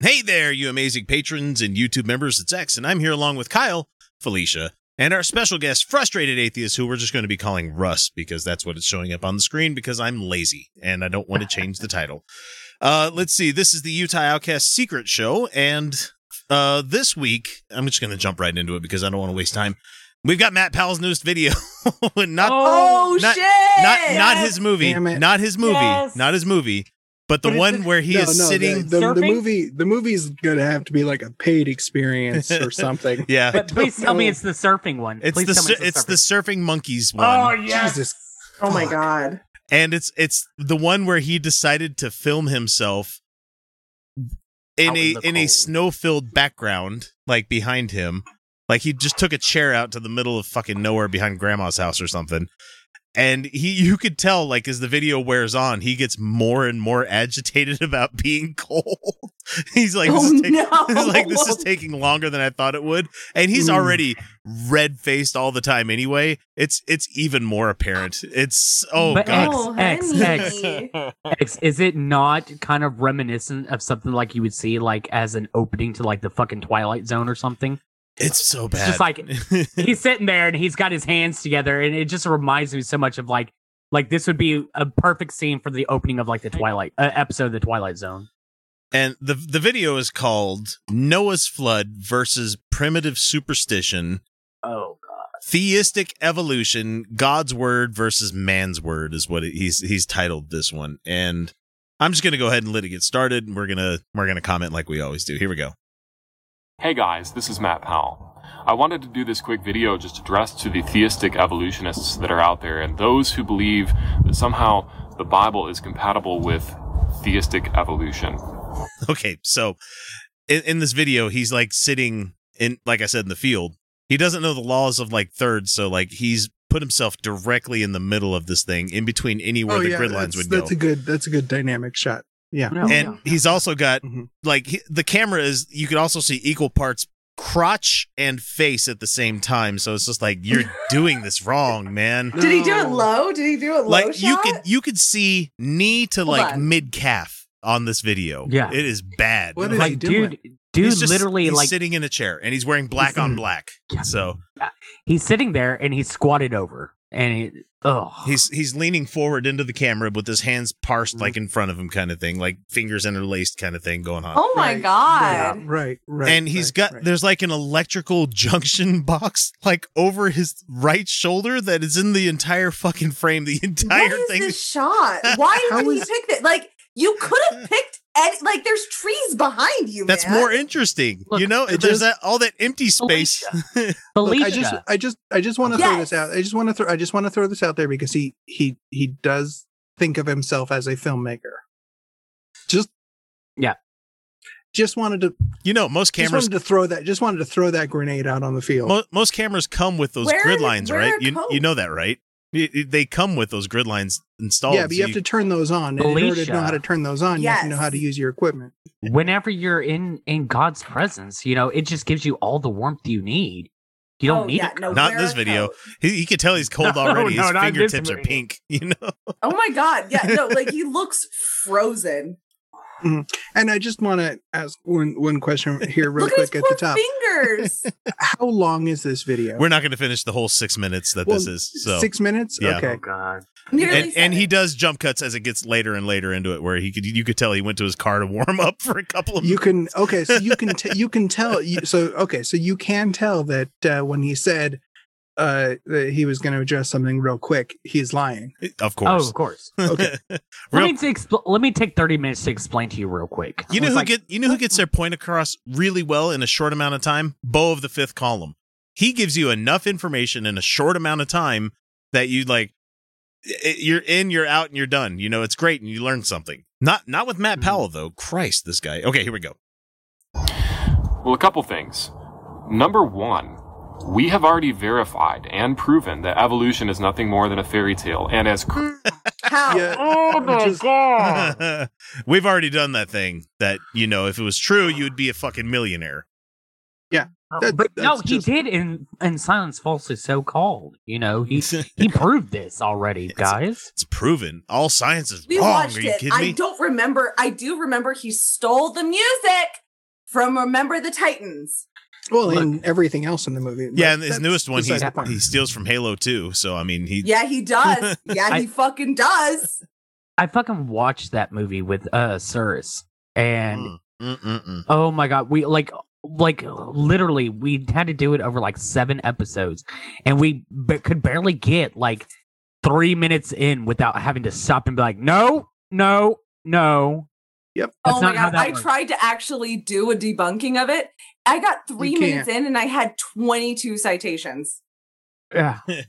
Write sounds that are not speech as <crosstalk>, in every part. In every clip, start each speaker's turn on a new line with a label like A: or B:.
A: Hey there, you amazing patrons and YouTube members. It's X, and I'm here along with Kyle, Felicia, and our special guest, Frustrated Atheist, who we're just going to be calling Russ because that's what it's showing up on the screen because I'm lazy and I don't want to change the title. Uh, let's see. This is the Utah Outcast Secret Show, and uh, this week, I'm just going to jump right into it because I don't want to waste time. We've got Matt Powell's newest video, <laughs> and not
B: Oh,
A: not-
B: shit!
A: not not his movie,
C: Damn it.
A: not his movie,
B: Yes.
A: not his movie, but the
B: But it's
A: one
B: a-
A: where he
C: No,
A: is
C: no, the-
A: sitting.
C: The, the,
B: Surfing?
C: movie, the movie's gonna have to be like a
A: <laughs>
C: paid experience or something.
A: yeah,
C: I
B: But
C: don't
B: please tell me
C: know.
B: it's the surfing one.
A: It's
B: please
A: the
B: tell me
A: sur- it's the
B: surfing.
A: surfing monkeys
B: Oh
A: one,
B: yes!
C: Jesus.
B: Oh my
C: Fuck.
B: god!
A: and it's it's the one where he decided to film himself in
B: Out
A: a
B: in the
A: in a
B: cold.
A: snow filled background, like behind him, like he just took a chair out to the middle of fucking nowhere behind grandma's house or something. And he, <laughs> you could tell, like as the video wears on, he gets more and more <laughs> agitated about being cold. <laughs> He's like, this
B: oh
A: is ta-
B: no!
A: <laughs> It's like this is taking longer than I thought it would, and he's
C: Mm.
A: already red faced all the time anyway. It's it's even more apparent. It's oh
B: <laughs> But
A: god,
B: X, X, X,
A: <laughs>
D: honey.
B: X, is it not kind of reminiscent of something like you would see like as an opening to like the fucking Twilight Zone or something?
A: it's so bad.
B: just he's sitting there and he's got his hands together, and it just reminds me so much of like like this would be a perfect scene for the opening of like the Twilight uh, episode of the Twilight Zone.
A: <laughs> and the the video is called Noah's Flood versus Primitive Superstition,
B: Oh god!
A: Theistic Evolution, God's Word versus Man's Word is what it, he's he's titled this one. And I'm just gonna go ahead and let it get started, and we're gonna we're gonna comment like we always do. Here we go.
E: Hey guys, this is Matt Powell. I wanted to do this quick video just addressed to the theistic evolutionists that are out there and those who believe that somehow the Bible is compatible with theistic evolution.
A: okay so in, in this video he's like sitting in like i said in the field he doesn't know the laws of like thirds so like he's put himself directly in the middle of this thing in between anywhere
C: Oh,
A: the
C: yeah,
A: grid lines
C: that's,
A: would
C: that's
A: go
C: a good. That's a good dynamic shot. Yeah.
D: Oh,
A: and he's also got
C: Mhm.
A: like he, the camera is you can also see equal parts crotch and face at the same time so it's just like you're
D: <laughs>
A: doing this wrong man
D: Did he do it
C: No.
D: low? Did he do it low?
A: like you
D: shot?
A: could you could see knee to
D: Hold
A: like
D: on.
A: mid calf on this video
B: Yeah.
A: it is bad
C: What is
A: like
C: he
B: like
C: doing?
B: dude, dude,
A: he's just-
B: literally
A: he's
B: like
A: sitting in a chair and he's wearing black on black.
B: Yeah.
A: So
B: he's sitting there and he's squatted over and it, oh
A: he's he's leaning forward into the camera with his hands parsed
B: Mm-hmm.
A: like in front of him, kind of thing, like fingers interlaced, kind of thing going on.
D: Oh my
C: Right,
D: god!
C: Right. Right. right
A: and he's
C: right,
A: got
C: right.
A: there's like an electrical <laughs> junction box like over his right shoulder that is in the entire fucking frame. The <laughs> <laughs>
D: What
A: entire
D: is
A: thing. <laughs>
D: this shot? Why
C: How
D: did he
C: is-
D: pick that? Like you could have picked. Any, like there's trees behind you.
A: that's
D: man.
A: more interesting,
B: Look,
A: you know.
C: I
A: There's
C: just-
A: that all that empty space. <laughs>
C: Look,
B: Felicia.
C: I just, I just, I just want to throw this
D: Yes.
C: out. I just want to throw, I just want to throw this out there because he, he, he does think of himself as a filmmaker. Just,
B: Yeah.
C: Just wanted to,
A: You know, most
C: just
A: cameras
C: wanted to throw that, just wanted to throw that grenade out on the field.
A: Mo- most cameras come with those
D: Oh. Wear-
A: grid lines,
D: wear
A: right?
D: a
A: You, you
D: coat.
A: know that, right? Y- y- They come with those grid lines installed.
C: yeah, but you
A: so
C: have to turn those on. And in order to
B: Alicia.
C: know how to turn those on, you have to know
D: Yes.
C: how to use your equipment.
B: whenever you're in in God's presence, you know, it just gives you all the warmth you need. You don't
D: Oh,
B: need
D: yeah,
B: it.
D: no,
A: Not in
D: wear
A: this
D: a
A: video.
D: coat.
A: he, he can tell he's
C: <laughs>
A: cold
B: No,
A: already.
B: no,
A: His
B: not this
A: fingertips are
B: video.
A: pink. <laughs> You know,
D: Oh my god! Yeah, no, like he looks
B: <laughs>
D: frozen.
C: And I just want to ask one one
D: <laughs>
C: question here, real
D: Look at his
C: quick
D: poor
C: at the top.
A: <laughs>
D: fingers.
C: How long is this video?
A: we're not going to finish the whole six minutes that this is. So,
C: Six minutes.
A: Yeah. <laughs>
B: Oh
C: Okay.
B: God!
D: Nearly
A: and, and he
D: seven.
A: does jump cuts as it gets later and later into it, where he could you could tell he went to his car to warm up for a couple of.
C: You can. Okay. So you can. T- you can tell. You, so okay. So you can tell that uh, when he said uh, that he was going to address something real quick, he's lying.
A: of
B: Oh,
A: course.
B: of course.
A: <laughs>
C: Okay.
D: <laughs>
B: let
A: Real-
B: me t- expl- let me take thirty minutes to explain to you real quick.
A: You know
B: It's
A: who
B: like,
A: get you know who gets their point across really well in a short amount of time? Bo of the fifth column. He gives you enough information in a short amount of time that you like i- you're in, you're out, and you're done. You know, it's great and you learn something. Not not with Matt
B: Mhm.
A: Powell though. Christ, this guy. Okay, here we go.
E: Well, a couple things. Number one, we have already verified and proven that evolution is nothing more than a fairy tale, and as cr-
D: How?
C: Yeah.
B: <laughs>
A: <laughs>
B: Oh my
C: Just-
B: God!
A: We've already done that thing that, you know, if it was true, you'd be a fucking millionaire.
C: That-
B: but no,
C: that's
B: he
C: just-
B: did in in silence, falsely so called. You know, he he proved
A: <laughs>
B: this already, guys.
A: It's proven. All science is
D: We
A: wrong.
D: watched
A: Oh, Are you
D: it.
A: kidding
D: I
A: me?
D: don't remember. I do remember he stole the music from Remember the Titans.
C: Well, and everything else in the movie.
A: yeah,
C: but
A: and his
C: that's
A: newest one, he
C: besides the point.
A: he steals from Halo 2. So I mean, he
D: Yeah, he does.
A: <laughs>
D: Yeah, he
B: I-
D: fucking does.
B: I fucking watched that movie with uh Cyrus and
A: Mm, mm, mm, mm.
B: oh my god, we like like literally we had to do it over like 7 episodes and we b- could barely get like 3 minutes in without having to stop and be like no, no, no.
C: Yep.
B: That's
D: oh my
B: not how
D: god,
B: that
D: I
B: works.
D: tried to actually do a debunking of it. I got three
C: You
D: minutes in and I had 22 citations.
B: Yeah.
A: <laughs>
D: Uh-huh.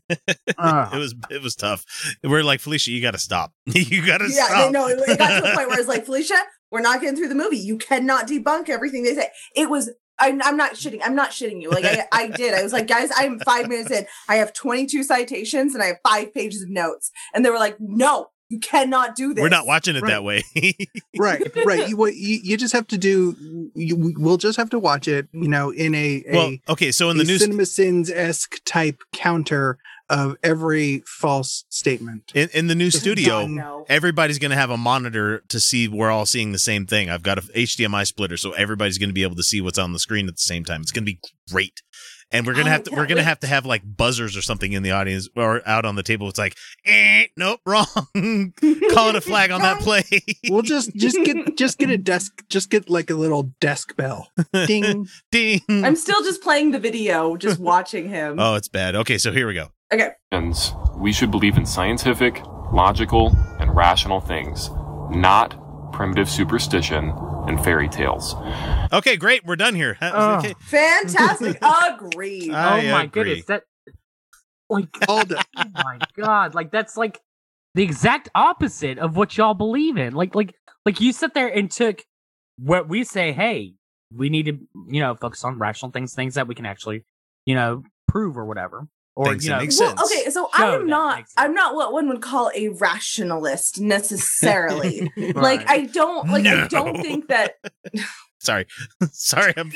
B: Uh,
A: it
B: Ugh.
A: was it was tough. We're like Felicia, you got to stop. <laughs> you got to
D: Yeah,
A: stop.
D: they, no, it it got to the point where I
A: <laughs>
D: was like, Felicia, we're not getting through the movie. You cannot debunk everything they say. It was. I'm, I'm
A: Mm.
D: not shitting. I'm not shitting you. Like I,
A: <laughs>
D: I did. I was like, guys, I'm five minutes in. I have 22 citations and I have five pages of notes. And they were like, no, you cannot do this.
A: We're not watching it
C: Right.
A: that way. <laughs>
C: right, right. You, what you, you just have to do. You, we'll just have to watch it. You know, in a, a
A: well, okay. So in the
C: a
A: news,
C: CinemaSins esque type counter of every false statement.
A: in, in the new
C: It's
A: studio,
C: done.
D: No.
A: everybody's going to have a monitor to see we're all seeing the same thing. I've got a HDMI splitter, so everybody's going to be able to see what's on the screen at the same time. It's going to be great. And we're gonna
D: I
A: have to we're
D: can't
A: gonna
D: wait.
A: have to have like buzzers or something in the audience or out on the table. It's like, eh, nope, wrong. <laughs> Call it a flag
D: <laughs>
A: on that play. <laughs>
C: We'll just just get just get a desk. Just get like a little desk bell. Ding.
A: Ding.
D: I'm still just playing the
A: <laughs>
D: video, just watching him.
A: Oh, it's bad. Okay, so here we go.
D: Okay.
E: Christians, we should believe in scientific, logical, and rational things, not primitive superstition and fairy tales.
A: Okay, great. We're done here.
B: Oh.
A: Okay. <laughs>
D: Fantastic. Agreed.
A: Uh,
B: Oh
A: I
B: my
A: agree.
B: goodness, that like
C: All done.
B: oh my god like that's like the exact opposite of what y'all believe in like like like you sit there and took what we say hey we need to you know focus on rational things things that we can actually you know prove or whatever or
A: Things
B: you
A: that
B: know
A: make
D: well,
A: sense.
D: okay, so
B: No,
D: I
B: that
D: am not
B: makes sense.
D: I'm not what one would call a rationalist necessarily. <laughs>
B: Right.
D: Like I don't like I
A: No.
D: don't think that
A: Sorry. <laughs> Sorry. I'm,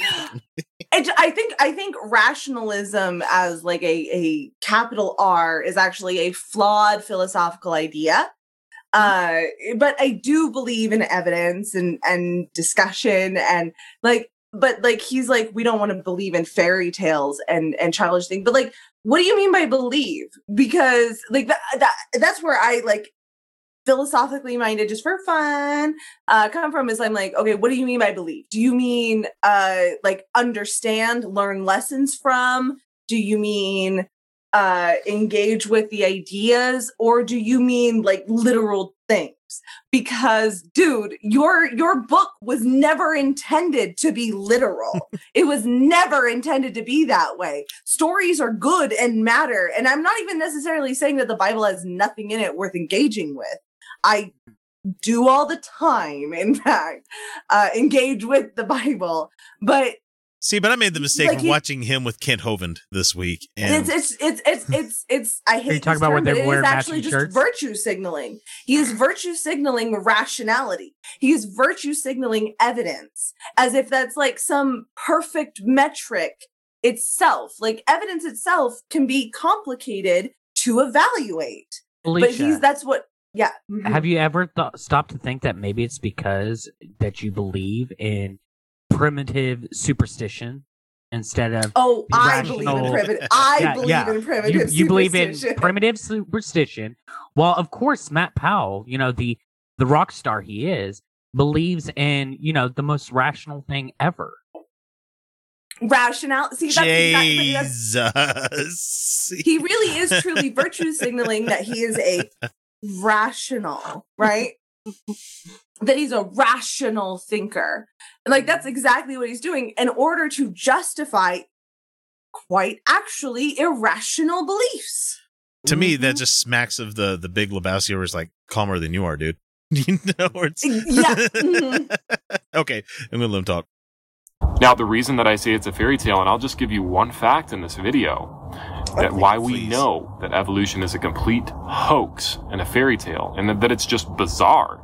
D: I, ju- I think I think rationalism as like a a capital R is actually a flawed philosophical idea. Uh, but I do believe in evidence and and discussion and like, but like he's like we don't want to believe in fairy tales and and childish things. But like, what do you mean by believe? Because like that, that that's where I like philosophically minded just for fun uh come from is I'm like, okay, what do you mean by believe? Do you mean uh like understand, learn lessons from? Do you mean uh engage with the ideas or do you mean like literal things? Because dude, your your book was never intended to be literal. it was never intended to be that way. Stories are good and matter, and I'm not even necessarily saying that the Bible has nothing in it worth engaging with. I do all the time, in fact, uh, engage with the Bible. But
A: see, but I made the mistake
D: Like
A: of
D: you-
A: watching him with Kent Hovind this week. And
D: it's it's it's
B: <laughs>
D: it's it's it's I hate
B: you
D: this
B: talking about
D: term,
B: when they
D: but it
B: wear
D: is actually
B: matching
D: just
B: shirts?
D: virtue signaling. He is virtue signaling rationality. He is virtue signaling evidence, as if that's like some perfect metric itself. Like evidence itself can be complicated to evaluate, but
B: Felicia,
D: he's that's what. Yeah. mhm.
B: have you ever th- stopped to think that maybe it's because that you believe in primitive superstition instead of
D: Oh, I believe in
B: rational-
D: primitive. I
B: <laughs> Yeah,
D: believe
B: yeah.
D: in
B: you,
D: primitive.
B: you believe in
D: superstition. <laughs>
B: primitive superstition. Well, of course, Matt Powell, you know the the rock star he is, believes in you know the most rational thing ever.
D: rationality. See, that's exactly that's,
A: Jesus.
D: he really is truly virtue signaling that he is a rational, right? that he's a rational thinker. And, Like that's exactly what he's doing in order to justify quite actually irrational beliefs.
A: to me,
D: Mhm.
A: that just smacks of the the big Lebowski where it's like calmer than you are, dude. <laughs> You know, or it's <laughs>
D: Yeah. mhm.
A: okay. I'm gonna let him talk.
E: Now, the reason that I say it's a fairy tale, and I'll just give you one fact in this video that why we
A: please.
E: know that evolution is a complete hoax and a fairy tale, and that- that it's just bizarre,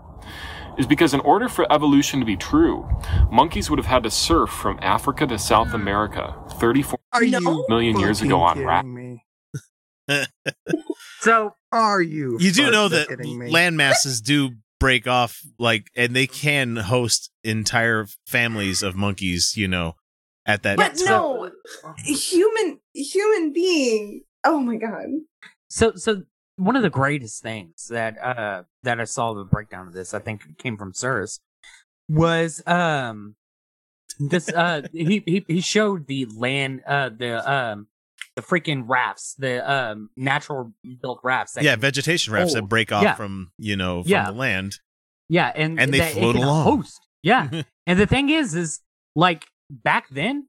E: is because in order for evolution to be true, monkeys would have had to surf from Africa to South America 34
C: Are
D: No.
C: you
E: million years ago on
C: fucking
E: rap.
C: kidding me?
A: <laughs>
B: So
C: Are you?
A: You do know
C: fucking
A: that
C: kidding me?
A: land masses do break off, like, and they can host entire families of monkeys, you know, at that
D: But
A: time.
D: no, human human being. Oh my god.
B: So, so one of the greatest things that uh that I saw the breakdown of this, I think, came from Sirs, was um this uh he, he he showed the land uh the um the freaking rafts the um natural built rafts that
A: yeah, vegetation rafts that
B: Oh,
A: break off
B: yeah.
A: from, you know, from
B: Yeah.
A: the land.
B: Yeah, and
A: And they
B: that it
A: float
B: can
A: along.
B: Host.
A: <laughs>
B: Yeah, and the thing is, is like back then,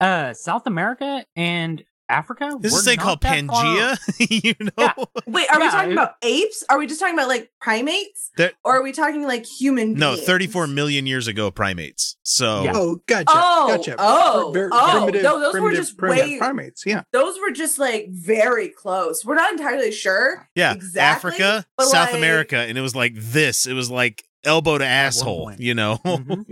B: uh, South America and Africa.
A: This
B: were
A: is a thing
B: not
A: called
B: that far
A: Pangea, <laughs>
B: off.
A: you know?
D: Wait, are we
B: Yeah,
D: talking
B: it-
D: about apes? Are we just talking about like primates?
A: That-
D: or are we talking like human
A: No,
D: beings?
A: 34 million years ago primates. So
B: Yeah.
C: Oh, gotcha.
D: Oh,
C: gotcha.
D: oh, oh, no, those were just
C: primitive
D: way-
C: primates. Yeah.
D: Those were just like very close. We're not entirely sure.
A: Yeah,
D: Exactly,
A: Africa,
D: but,
A: South
D: like-
A: America, and it was like this. It was like elbow to asshole,
B: point.
A: you know.
B: Mhm.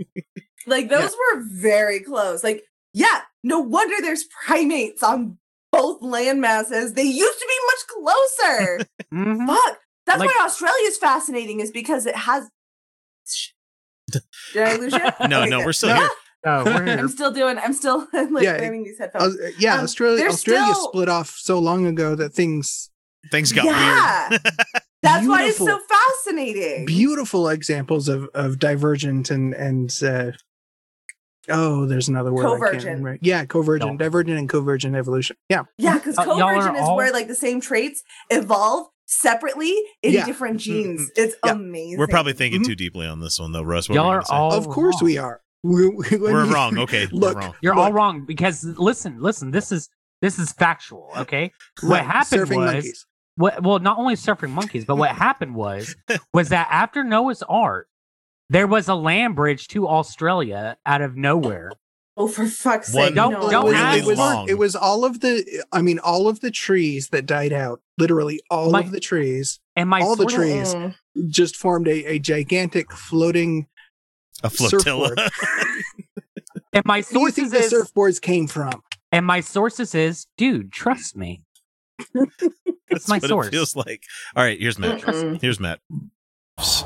D: Like those were very close. Like, yeah, no wonder there's <laughs> primates on both land masses. They used to be much closer.
B: Mhm.
D: Fuck. That's
B: Like-
D: why Australia is fascinating, is because it has. Did I lose you?
A: no, <laughs> <laughs>
D: Okay,
A: no,
D: good.
A: we're still
C: No.
A: here.
B: Oh, we're here.
D: <laughs> I'm still doing. I'm still <laughs> like
C: Yeah, it-
D: wearing these headphones.
C: Aus- uh, yeah,
D: Um,
C: Australia
D: they're
C: Australia
D: still-
C: split off so long ago that things
A: Things got
D: Yeah.
A: weird.
D: That's why it's so
C: beautiful.
D: fascinating.
C: beautiful examples of of divergent and and uh, oh, there's another word. I can't
D: Convergent.
C: remember. Yeah, convergent,
B: No.
C: divergent, and convergent evolution. Yeah,
D: yeah, because
B: Uh, y'all are
D: convergent is
B: all-
D: where like the same traits evolve separately in
C: Yeah.
D: different
A: Mm-hmm,
D: genes. It's
C: Yeah.
A: <laughs>
D: amazing.
A: we're probably thinking
C: Mhm.
A: too deeply on this one, though, Russ. What
B: Mm-hmm.
A: were
B: Y'all
A: you
B: are
A: gonna say?
B: all.
C: of course
B: wrong.
C: we are. <laughs> We're, we- when
A: We're
C: you- <laughs>
D: <laughs>
A: wrong. Okay,
C: Look,
A: we're wrong.
B: You're all
C: Look.
B: wrong because listen, listen. This is this is factual. Okay, what happened
C: surfing
B: was
C: monkeys.
B: what well not only surfing monkeys but what happened
A: <laughs>
B: was was that after noah's ark there was a land bridge to australia out of nowhere
D: Oh, for fuck's
A: One
D: sake!
B: Don't-
D: no.
B: don't
C: it,
B: have
C: it was,
A: long.
C: it was all of the I mean all of the trees that died out. Literally all
B: My-
C: of the trees
B: and my
C: All the
B: source-
C: trees. just formed a, a gigantic floating
A: A flotilla.
C: surfboard.
B: and my
C: Where do you
B: sources
C: think the
B: is
C: surfboards came from?
B: and my sources is dude trust me
A: <laughs> That's
B: my
A: what
B: source.
A: it feels like. All right, here's Matt.
D: Mm-mm.
A: Here's Matt. <laughs>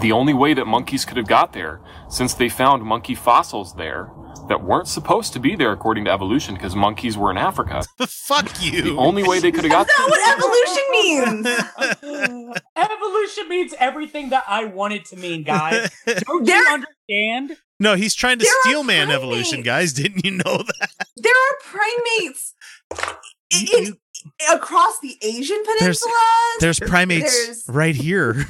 E: The only way that monkeys could have got there, since they found monkey fossils there that weren't supposed to be there according to evolution because monkeys were in Africa.
A: Fuck
E: The
A: you.
E: only
A: <laughs>
E: way they could have got
D: That's not what
C: <laughs>
D: evolution means.
B: evolution means everything that i want it to
A: <laughs>
B: mean <laughs> guys don't
D: There-
B: understand
A: no, he's trying to
D: There are
A: steel man
D: primates.
A: evolution, guys. Didn't you know that?
D: There are primates i-
C: You-
D: in, across the Asian
A: There's-
D: peninsula. <laughs>
B: <laughs>
A: There's primates
D: There's-
A: right here.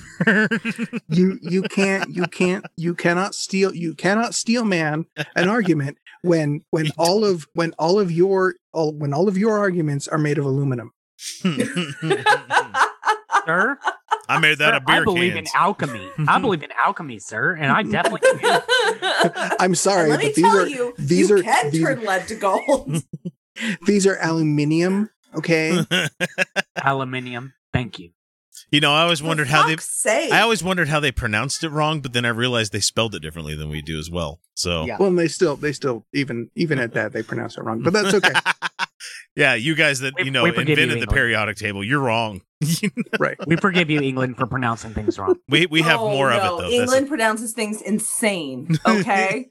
C: you you can't you can't you cannot steal you cannot steal man an argument when when
A: You
C: all of when all of your all when all of your arguments are made of aluminum <laughs>
A: Mm, I
B: sir
A: made <laughs> that
B: Sir,
A: a beer
B: i believe
A: cans.
B: in alchemy i believe in alchemy sir and
A: <laughs>
B: i definitely do.
A: mm.
C: <laughs> i'm
D: And
C: sorry
D: let me
C: but these
D: tell
C: are
D: you,
C: these
D: you
C: are-
D: can
C: these-
D: turn lead
A: <laughs>
D: to gold.
C: these are aluminum okay
B: aluminium thank you
A: <laughs> you know, I always wondered how they.
D: say.
A: I always wondered how they pronounced it wrong, but then I realized they spelled it differently than we do as well. So <laughs>
B: Yeah.
C: well and they still they still even even at that they pronounce it wrong but
A: <laughs>
C: that's okay
A: yeah, you guys that
B: We-
A: you know
B: we forgive you,
A: invented the
B: England.
A: periodic table, you're wrong.
B: we forgive you england for pronouncing things wrong
A: we we have
D: Oh,
A: more
D: no.
A: of it though. That's
D: England pronounces things
A: <laughs>
D: insane. Okay,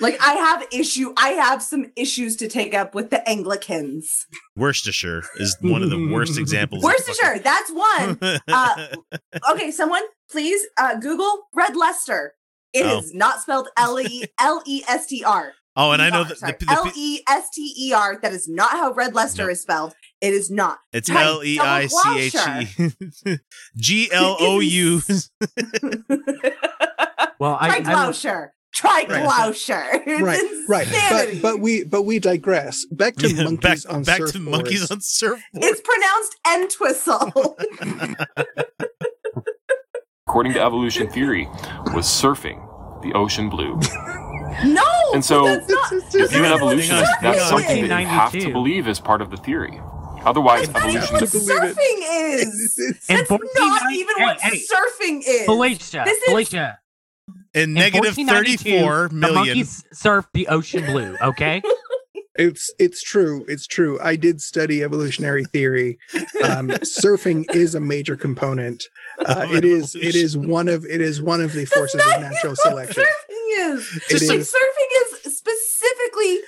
D: like I have issue. I have some issues to take up with the Anglicans.
A: Worcestershire is one of the worst examples. of
D: Worcestershire, that's one.
A: <laughs> fucking-
D: Uh, Okay, someone please uh, Google Red Leicester. It is
A: Oh.
D: not spelled L E L E S T R.
A: oh, and I know that the, the,
D: L E S T E R. That is not how Red Leicester
A: No.
D: is spelled. It is not.
A: it's
D: Hey,
A: L E I C H E <laughs> G L O
B: <laughs>
A: U.
B: well i,
D: Try
B: I
D: Gloucester. Try
C: Right.
D: Gloucester. <laughs> It's
C: right right
D: insanity.
C: but but we but we digress back to
A: Yeah,
C: monkeys
A: <laughs> back
C: on
A: back to monkeys
C: surfboards.
A: on surfboards.
D: it's pronounced Entwistle.
C: <laughs>
D: <laughs>
E: according to evolution theory was surfing the ocean blue.
D: no,
E: And
D: <laughs>
E: so-
D: that's not.
C: It's- it's-
E: If you're an
A: Hang on,
E: evolutionist,
A: hang on,
E: that's
A: hang on.
E: something that you have to
B: 1992.
E: believe as part of the theory. Otherwise,
D: That's not even
E: evolution
D: what
C: To believe it.
D: surfing
C: it's-
D: is.
C: it's-
B: In
D: That's
B: 1490
D: not even what
B: hey, hey.
D: surfing is.
B: Felicia,
D: This is-
B: Felicia,
A: And negative
B: 1492,
A: 34
B: the
A: million. <laughs>
B: monkeys surf the ocean blue. Okay,
C: It's it's true. It's true. I did study evolutionary theory. Um, surfing is a major component. Uh,
A: Of
C: it is it
A: evolution.
C: is one of it is one of the forces of natural selection.
D: Surfing is
C: It
D: just like
C: is.
D: surfing is specifically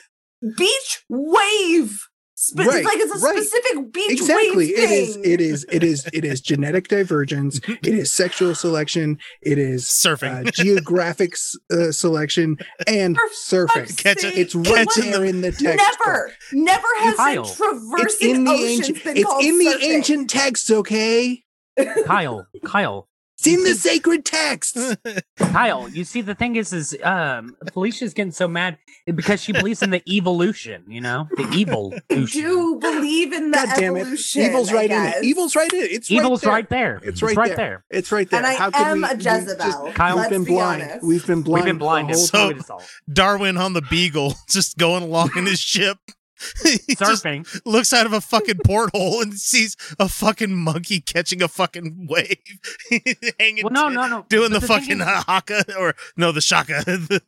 D: beach wave. Spe- it's
C: Right,
D: like it's a
C: right.
D: specific beach
C: exactly
D: wave
C: it is
D: thing.
C: it is it is it is genetic divergence it is sexual selection it is uh,
A: Surfing.
C: geographic s- uh, selection and
D: For
C: surfing
D: fuck's
A: Catch it-
D: sake.
C: it's right
A: Catch in
C: there in the text
D: Never, never has
B: Kyle,
D: a
B: it's
C: it's
D: traversing
C: in the
D: oceans
C: ancient
D: been
C: it's
D: called
C: in the
D: surfing.
C: ancient texts okay
B: Kyle, Kyle,
C: it's in the sacred texts
B: Kyle. You see, the thing is, is um, Felicia's getting so mad because she believes in the evolution. You know, the evil.
D: I do believe in the
C: god damn it
D: evolution.
C: evil's
D: I
C: right in it
D: guess.
C: evil's right in it it's
B: Evil's
C: right
B: right there.
C: It's right there.
B: there.
C: there. it's right there
D: And I
C: How could
D: am
C: we-
D: a
C: we just-
D: Jezebel.
B: Kyle,
C: we've
D: Let's
C: been
D: be
C: blind
D: honest.
C: we've been blind
B: We've been
C: the
B: blinded.
C: whole
B: So, <laughs>
A: time.
C: <laughs>
B: it's all.
A: <laughs> Darwin on the Beagle <laughs> just going along in his ship. <laughs> he just
B: Surfing.
A: looks out of a fucking porthole and sees a fucking monkey catching a fucking wave, <laughs> hanging,
B: Well, no,
C: <laughs>
B: no, no.
A: doing
B: But
A: the,
B: thing
A: fucking <laughs>
B: is-
A: haka or no, the shaka. <laughs>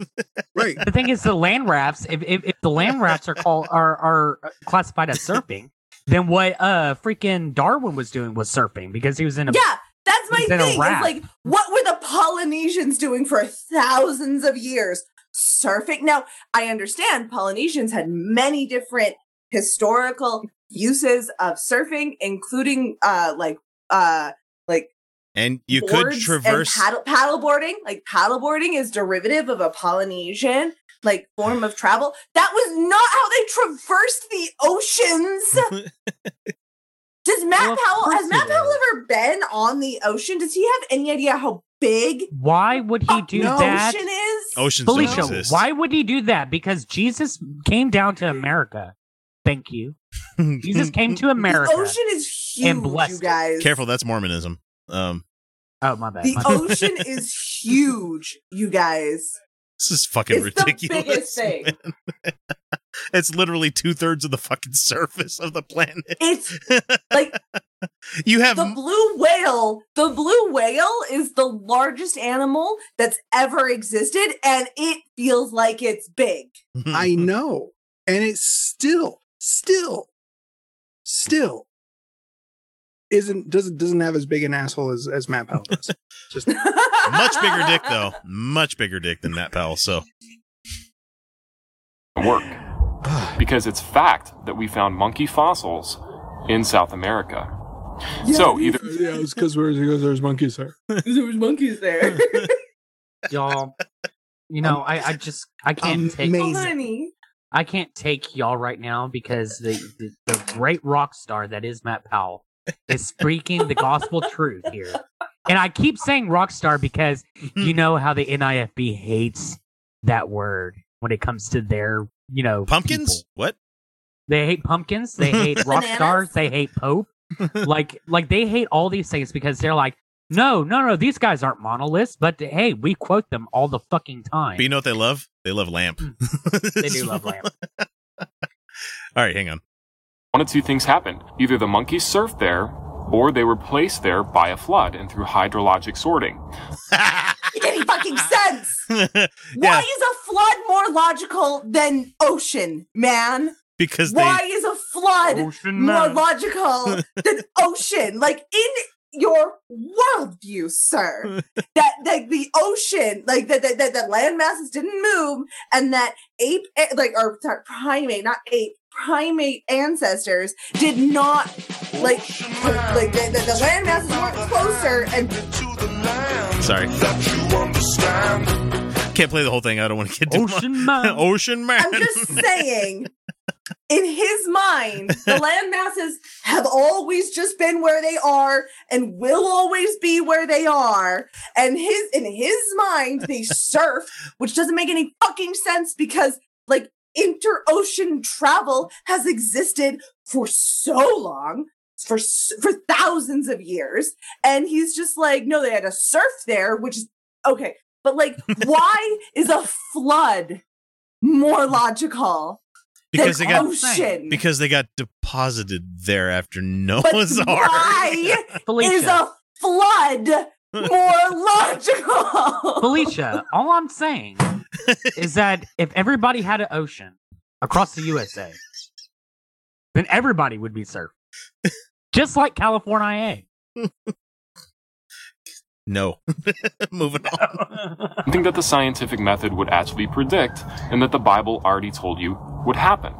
C: right
B: the thing is the land rafts if, if, if the land rafts are called are are classified as surfing then what uh freaking darwin was doing was surfing because he was in a
D: Yeah, that's my
B: He's in a
D: thing. It's
B: raft.
D: like, what were the Polynesians doing for thousands of years? Surfing. Now, I understand Polynesians had many different historical uses of surfing, including uh like uh like
A: and you could
D: boards
A: traverse.
D: and paddle paddleboarding. Like paddleboarding is derivative of a Polynesian like form of travel. That was not how they traversed the oceans. Does Matt
B: Well, of
D: Powell
B: course
D: has Matt
B: it
D: Powell
B: is.
D: ever been on the ocean? Does he have any idea how big
B: why would he do
D: the
B: that
D: ocean is?
A: <laughs> Oceans don't
B: felicia
A: exist. <laughs>
B: why would he do that because jesus came down to america thank you jesus came <laughs> to america
D: The ocean is
B: And
D: huge,
B: blessed
D: you
B: it.
D: guys.
B: <laughs>
A: Careful, that's Mormonism. Um,
B: oh my bad,
D: The
B: my <laughs> bad.
D: ocean is huge, you guys.
A: <laughs> this is fucking
D: It's
A: ridiculous.
D: the biggest thing.
A: <laughs> It's literally two thirds of the fucking surface of the planet. <laughs>
D: It's like
A: You have
D: the blue whale the blue whale is the largest animal that's ever existed and it feels like it's big
A: hmm,
C: I know. And it's still, still, still isn't doesn't doesn't have as big an asshole as, as Matt Powell
D: <laughs>
C: does. Just
A: much bigger dick though, much bigger dick than Matt Powell. So
E: work. Because it's fact that we found monkey fossils in South America. so either
C: yeah, it's because where's because there's monkeys there.
D: there was monkeys there
B: y'all you know i i just i can't take
C: Amazing.
D: Oh, honey.
B: i can't take y'all right now because the the, the great rock star that is matt powell is speaking the gospel truth here. And I keep saying rock star because you know how the NIFB hates that word when it comes to their, you know,
A: pumpkins?
B: people.
A: What?
B: They hate pumpkins. They hate rock
D: Bananas?
B: stars. They hate Pope. like, like they hate all these things because they're like, no, no, no, these guys aren't monoliths. But hey, we quote them all the fucking time.
A: But you know what they love? They love lamp.
D: Hmm.
A: <laughs>
B: they do love lamb.
A: All right, hang on. <laughs>
E: one of two things happened. Either the monkeys surfed there, or they were placed there by a flood and through hydrologic sorting.
D: make any fucking sense why
A: yeah,
D: is a flood more logical than ocean man
A: because
D: why is a flood more logical than ocean. Like in your worldview, sir, that like the ocean, like that that, that that land masses didn't move, and that ape, eh, like or sorry, primate, not ape, primate ancestors did not like pr- like the, the, the land masses weren't closer and
A: they sorry. Can't play the whole thing. I don't want to get too much.
B: Ocean man.
A: <laughs> Ocean man.
D: I'm just
A: <laughs>
D: saying, in his mind, the land masses have always just been where they are and will always be where they are. And his in his mind, they surf, which doesn't make any fucking sense because like interocean travel has existed for so long. For s- for thousands of years, and he's just like, no, they had a surf there, which is okay, but like, why is a flood more logical
A: because they
D: than
A: got
D: ocean.
A: because they got deposited there after
D: but
A: Noah's Ark.
D: why
B: <laughs>
D: is
B: Felicia.
D: a flood more
A: <laughs>
D: logical?
B: Felicia, all I'm saying is that if everybody had an ocean, across the USA, then everybody would be served. Just like California.
A: No. <laughs> Moving on.
E: something that the scientific method would actually predict and that the Bible already told you would happen.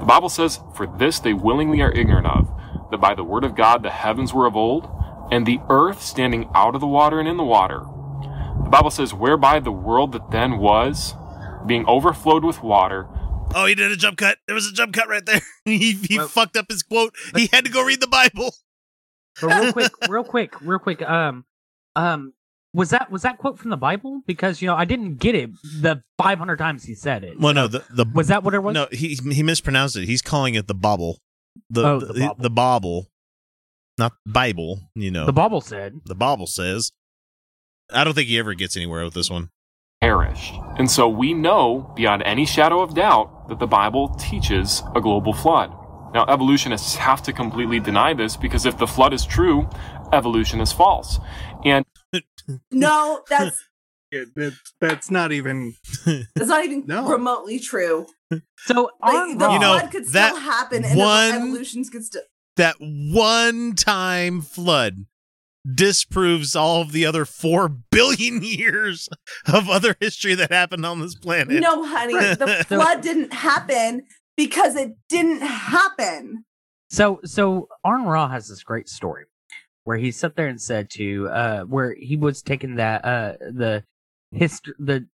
E: The Bible says, For this they willingly are ignorant of, that by the word of God the heavens were of old, and the earth standing out of the water and in the water. The Bible says, Whereby the world that then was, being overflowed with water,
A: Oh, he did a jump cut. There was a jump cut right there. <laughs> he he
B: Well-
A: fucked up his quote. He had to go read the Bible.
B: But real quick, real quick, real quick. Um, um, was that was that quote from the Bible? Because you know I didn't get it the 500 times he said it.
A: Well, no, the the
B: Was that what it was?
A: no he he mispronounced it. He's calling it the bobble, the
B: Oh,
A: the,
B: the
A: the bobble.
B: bobble.
A: not Bible. You know
B: The Bible said.
A: the bobble says. I don't think he ever gets anywhere with this one.
E: perished. And so we know beyond any shadow of doubt that the Bible teaches a global flood. Now, evolutionists have to completely deny this because if the flood is true, evolution is false. And
D: No, that's
C: It, that- that's not even.
D: that's not even
C: No.
D: remotely true.
B: So
D: Like,
B: on
D: the
B: Raw,
A: You know,
D: flood could
A: that
D: still happen, and
A: one-
D: the evolutions could still.
A: That one time flood disproves all of the other four <laughs> billion years of other history that happened on this planet.
D: No,
A: <laughs>
D: honey, the
B: So-
D: flood didn't happen because it didn't happen.
B: So so Arn Ra has this great story where he sat there and said to uh where he was taking that uh the history the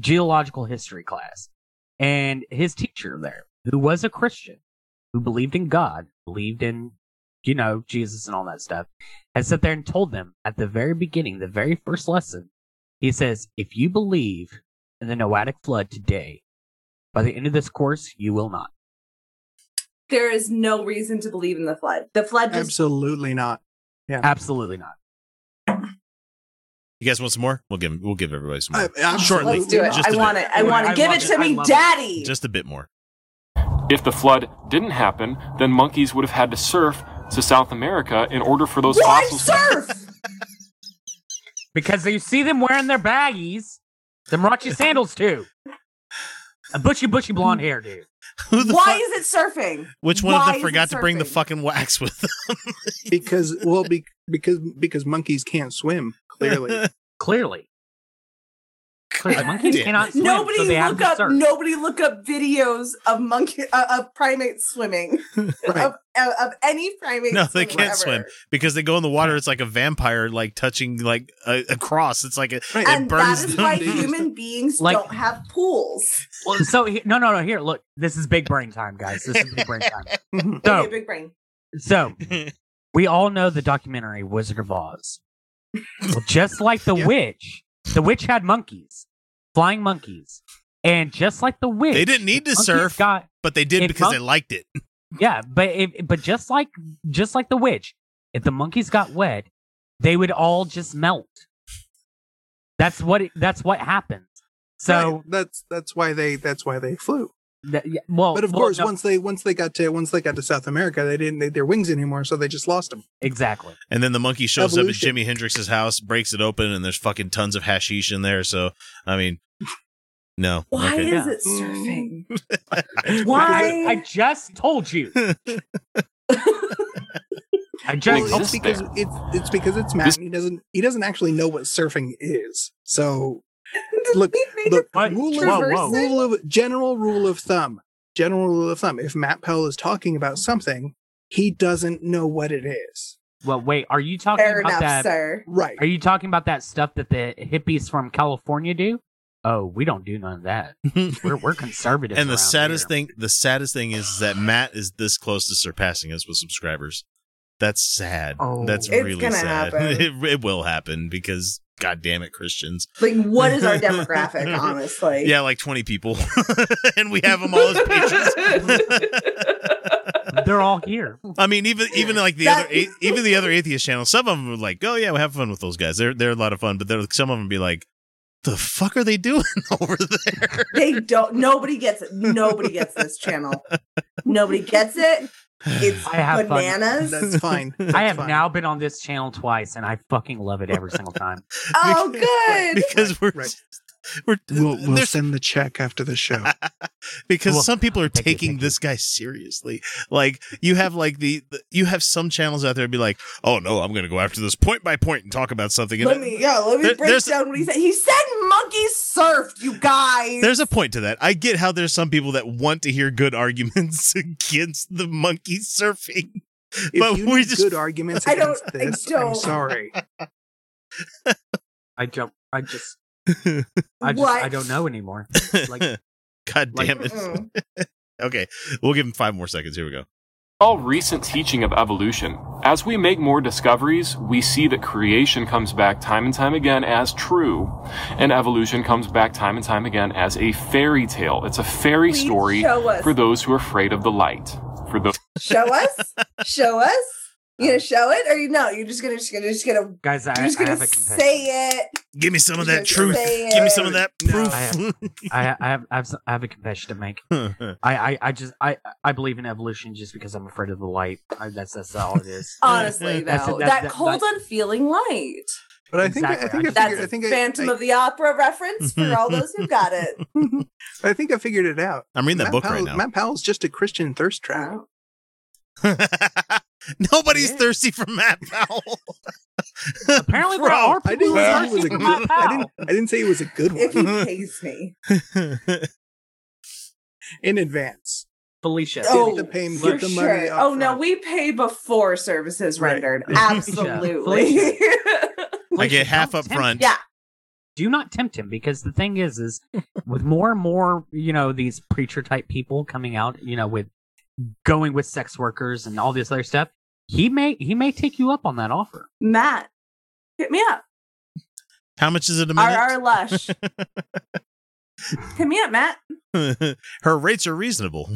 B: geological history class and his teacher there who was a Christian who believed in God believed in you know Jesus and all that stuff has sat there and told them at the very beginning the very first lesson he says if you believe in the noadic flood today by the end of this course you will not
D: There is no reason to believe in the flood. The flood just
C: Absolutely not.
B: absolutely not
A: You guys want some more? We'll give him, we'll give everybody some more.
C: I- I'm
A: Shortly.
D: Let's do it.
A: Just
D: I
A: a
D: want
A: bit.
D: it. I want
B: I
D: it. Give
B: love
D: it
B: it.
D: to
B: I
D: me,
B: love it.
D: Daddy.
A: Just a bit more. <laughs>
E: if the flood didn't happen, then monkeys would have had to surf to South America in order for those
D: Why
E: fossils to
D: surf?
B: Because you see them wearing their baggies,
A: <laughs>
B: them raunchy sandals too. A bushy, bushy
A: Mm.
B: blonde hair, dude.
A: Who the
D: Why
A: fuck-
D: is it surfing?
A: Which one of
D: why
A: them
D: is it
A: forgot to bring the
D: surfing?
A: fucking wax with them?
C: because well be, because because monkeys can't swim
D: <laughs>
C: clearly.
B: Clearly. Clearly, monkeys
A: Goddamn.
B: cannot swim,
D: Nobody
B: so they have
D: look
B: to
D: up.
B: surf.
D: Nobody look up videos of monkey uh, of primates
A: <laughs>
D: swimming
C: right.
D: of, of, of any primate.
A: No, they
D: swimmer
A: can't swim.
D: ever.
A: <laughs> because they go in the water. It's like a vampire, like touching like a, a cross. It's like a,
C: Right.
A: It
D: And that
A: burns
D: is
A: them.
D: why human beings
B: Like-
D: don't have pools.
B: Well, so he- no, no, no. Here, look. This is big brain time, guys. This is big brain time.
D: <laughs>
C: Mhm.
B: So,
D: Okay, big brain. <laughs>
B: so we all know the documentary Wizard of Oz. Well, just like the
C: Yeah.
B: witch, the witch had monkeys, flying monkeys, and just like the witch,
A: they didn't need to
B: monkeys
A: surf,
B: Got
A: but they did
B: if
A: because
B: monk-
A: they liked it.
B: Yeah, but if, but just like just like the witch, if the monkeys got wet, they would all just melt. That's what it, that's what happened. So
C: Right. that's that's why they that's why they flew.
B: that- yeah, well,
C: But of
B: well,
C: course,
B: Oh, no,
C: once they once they got to once they got to South America, they didn't need their wings anymore, so they just lost them.
B: exactly.
A: And then the monkey shows
C: Evolution.
A: up at Jimi Hendrix's house, breaks it open, and there's fucking tons of hashish in there. So I mean, no.
D: Why
A: Okay.
D: is
B: Yeah.
D: it surfing?
A: <laughs>
B: I,
D: Why?
B: I just
C: <laughs>
B: told you. I just
E: Well,
C: it's because
E: there.
C: it's it's because it's Matt.
E: This-
C: and he doesn't he doesn't actually know what surfing is. So
D: <laughs>
C: Look,
D: They made
C: look,
B: What?
C: rule
B: Whoa,
C: of,
B: whoa.
C: rule of general rule of thumb. General rule of thumb. If Matt Pell is talking about something, he doesn't know what it is.
B: well, wait. Are you talking
D: Fair
B: about
D: enough,
B: that?
D: sir.
C: Right.
B: Are you talking about that stuff that the hippies from California do? Oh, we don't do none of that. We're we're conservative.
A: and the
B: around
A: saddest
B: here.
A: thing, the saddest thing is that Matt is this close to surpassing us with subscribers. That's sad.
B: Oh.
A: That's
B: It's
A: really
D: gonna
A: sad. <laughs>
D: happen.
A: It, it will happen because, god damn it, Christians.
D: Like, what is
A: <laughs>
D: our demographic, honestly?
A: Yeah, like 20 people. <laughs> and we have them all as patrons.
B: they're all
C: <laughs>
B: here.
A: <laughs> I mean, even even like the
D: That-
A: other a- even the other atheist channels, some of them were like, "Oh yeah, we have fun with those guys. They're they're a lot of fun." But there some of them be like, "The fuck are they doing <laughs> over there?"
D: They don't. Nobody gets it. Nobody gets this channel. Nobody gets it. It's
B: I have fun.
D: bananas.
C: That's <laughs> fine.
B: <laughs> I
C: That's
B: have
C: fine.
B: now been on this channel twice, and I fucking love it every single time.
D: <laughs> Oh, good.
C: <laughs>
A: because we're
C: right.
A: We're,
C: We'll, we'll
A: there's-
C: send the check after the show.
A: because
B: Well,
A: some people are
B: thank you,
A: taking
B: thank you.
A: this guy seriously. Like you have like the, the- you have some channels out there be like, oh no, I'm gonna go after this point by point and talk about something. And
D: let
A: I-
D: me yeah, let me
A: There-
D: break
A: there's-
D: down what he said. He said monkeys surfed, you guys.
A: there's a point to that. I get how there's some people that want to hear good arguments <laughs> against the monkey surfing.
C: If
A: But
C: you
A: we
C: need
A: just-
C: good arguments <laughs>
D: I don't-
C: against this,
D: I don't.
C: I'm sorry.
B: I don't. I just. I just. I
D: What? Mm.
B: don't <laughs> know anymore. Like-
A: <laughs> God
B: like-
A: damn it.
D: Mm-mm.
A: Okay, we'll give him five more seconds. Here we go.
E: all recent teaching of evolution. As we make more discoveries, we see that creation comes back time and time again as true, and evolution comes back time and time again as a fairy tale. It's a fairy
D: Please
E: story
D: show us.
E: for those who are afraid of the light. For those
D: <laughs> show us, show us. You gonna show it, or you no? You're just gonna just gonna just gonna
B: Guys, I,
D: you're just
B: I
D: gonna
B: have a confession.
D: say it.
A: Give me some of
D: You're
A: that
D: just
A: truth.
D: saying.
A: Give me some of that
C: No.
A: proof.
B: I I, I have I have, some, I have a confession to make.
A: <laughs>
B: I, I, I just I I believe in evolution just because I'm afraid of the light. I, that's that's all
C: <laughs>
B: it is.
D: Honestly, though,
B: <laughs> That's it, that's-
D: that,
B: that-
D: cold, unfeeling light.
C: <laughs> But I think I- I
B: Exactly.
C: think I,
D: That's
C: figured, I think I,
D: Phantom
C: I,
D: of the Opera reference for all those who got it.
C: I think I figured it out.
A: I'm reading that book right
C: Powell-
A: now.
C: Matt Powell's just a Christian thirst trap.
A: Nobody's <laughs>
B: Yeah.
A: thirsty for Matt <laughs> Powell.
B: Apparently, there
A: Bro,
B: are
C: I didn't
B: people who
C: say it
B: are
C: was a
B: seeking
C: good.
B: my
C: I <laughs>
B: pal.
C: didn't. I didn't say it was a good
D: If
C: one
D: he pays me,
C: in advance.
B: Felicia.
D: Oh,
C: Take the payment,
D: for
C: get the money.
D: sure.
C: up
D: Oh no,
C: front.
D: we pay before services
C: Right.
D: rendered.
C: Yeah.
D: Absolutely. <laughs>
A: I
B: Felicia,
A: get half
B: don't
A: up
B: tempt-
A: front.
D: yeah.
B: Do not tempt him because the thing is, is with more and more, you know, these preacher type people coming out, you know, with going with sex workers and all this other stuff, he may he may take you up on that offer.
D: Matt, hit me up.
A: How much is it a
D: RR
A: minute? <laughs>
D: Lush. hit me up, Matt.
A: <laughs> Her rates are reasonable.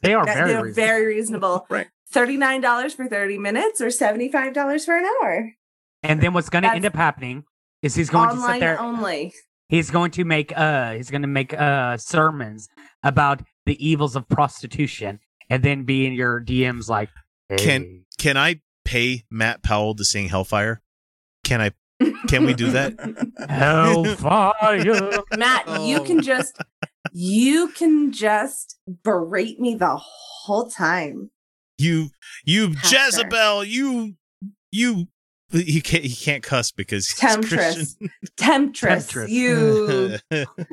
B: They are
D: That-
B: Oh, very
D: they're
B: reasonable.
D: very reasonable.
C: Right.
D: $39 for 30 minutes or $75 for an hour.
B: And then what's going to end
D: That's-
B: up happening is he's going to sit
D: Online
B: there.
D: only.
B: He's going to make uh he's going to make uh sermons about the evils of prostitution, and then be in your DMs like,
A: Can-
B: "Hey,
A: Can I pay Matt Powell to sing Hellfire? Can I? Can we do
D: <laughs>
A: that?
B: Hellfire.
D: Matt, you can just you can just berate me the whole time.
A: You, you
D: Pastor.
A: Jezebel, you, you. He can't. He can't cuss because he's Christian.
D: Temptress. Temptress.
B: Temptress.
D: You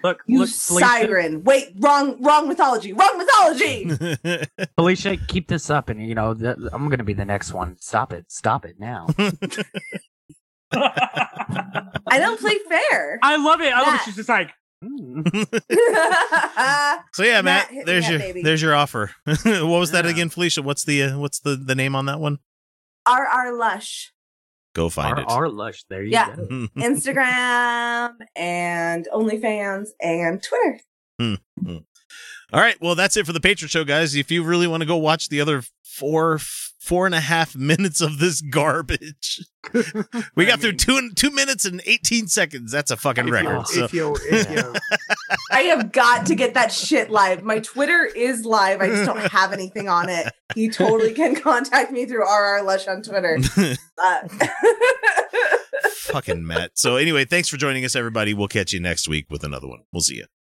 B: look,
D: you
B: look, Felicia,
D: siren. Wait, wrong wrong mythology. Wrong
A: <laughs>
D: mythology.
B: Felicia, keep this up, and you know th- I'm going to be the next one. Stop it! Stop it
A: <laughs>
B: now!
D: I don't play fair.
B: I love it. I love it.
D: Matt.
B: She's just like, "Hmm."
A: <laughs>
D: <laughs>
A: so yeah,
D: Matt,
A: Matt.
D: hit me
A: there's
D: up,
A: your
D: baby.
A: there's your offer. <laughs> what was that
B: Yeah.
A: again, Felicia? What's the uh, what's the the name on that one?
D: RR Lush.
A: Go find
B: R,
A: it.
B: R lush. There you
D: Yeah.
B: go.
A: <laughs>
D: Instagram and OnlyFans and Twitter.
A: All right. Well, that's it for the Patriot Show, guys. If you really want to go watch the other four, four and a half <laughs> minutes of this garbage, we got through two two minutes and eighteen seconds. That's a fucking
C: If
A: record.
C: you,
A: So
C: if you, <laughs> if you,
D: I have got to get that shit live. My Twitter is live. I just don't have anything on it. You totally can <laughs> contact me through RR Lush on Twitter.
A: <laughs>
D: Uh, <laughs>
A: fucking Matt. So anyway, thanks for joining us, everybody. We'll catch you next week with another one. We'll see you.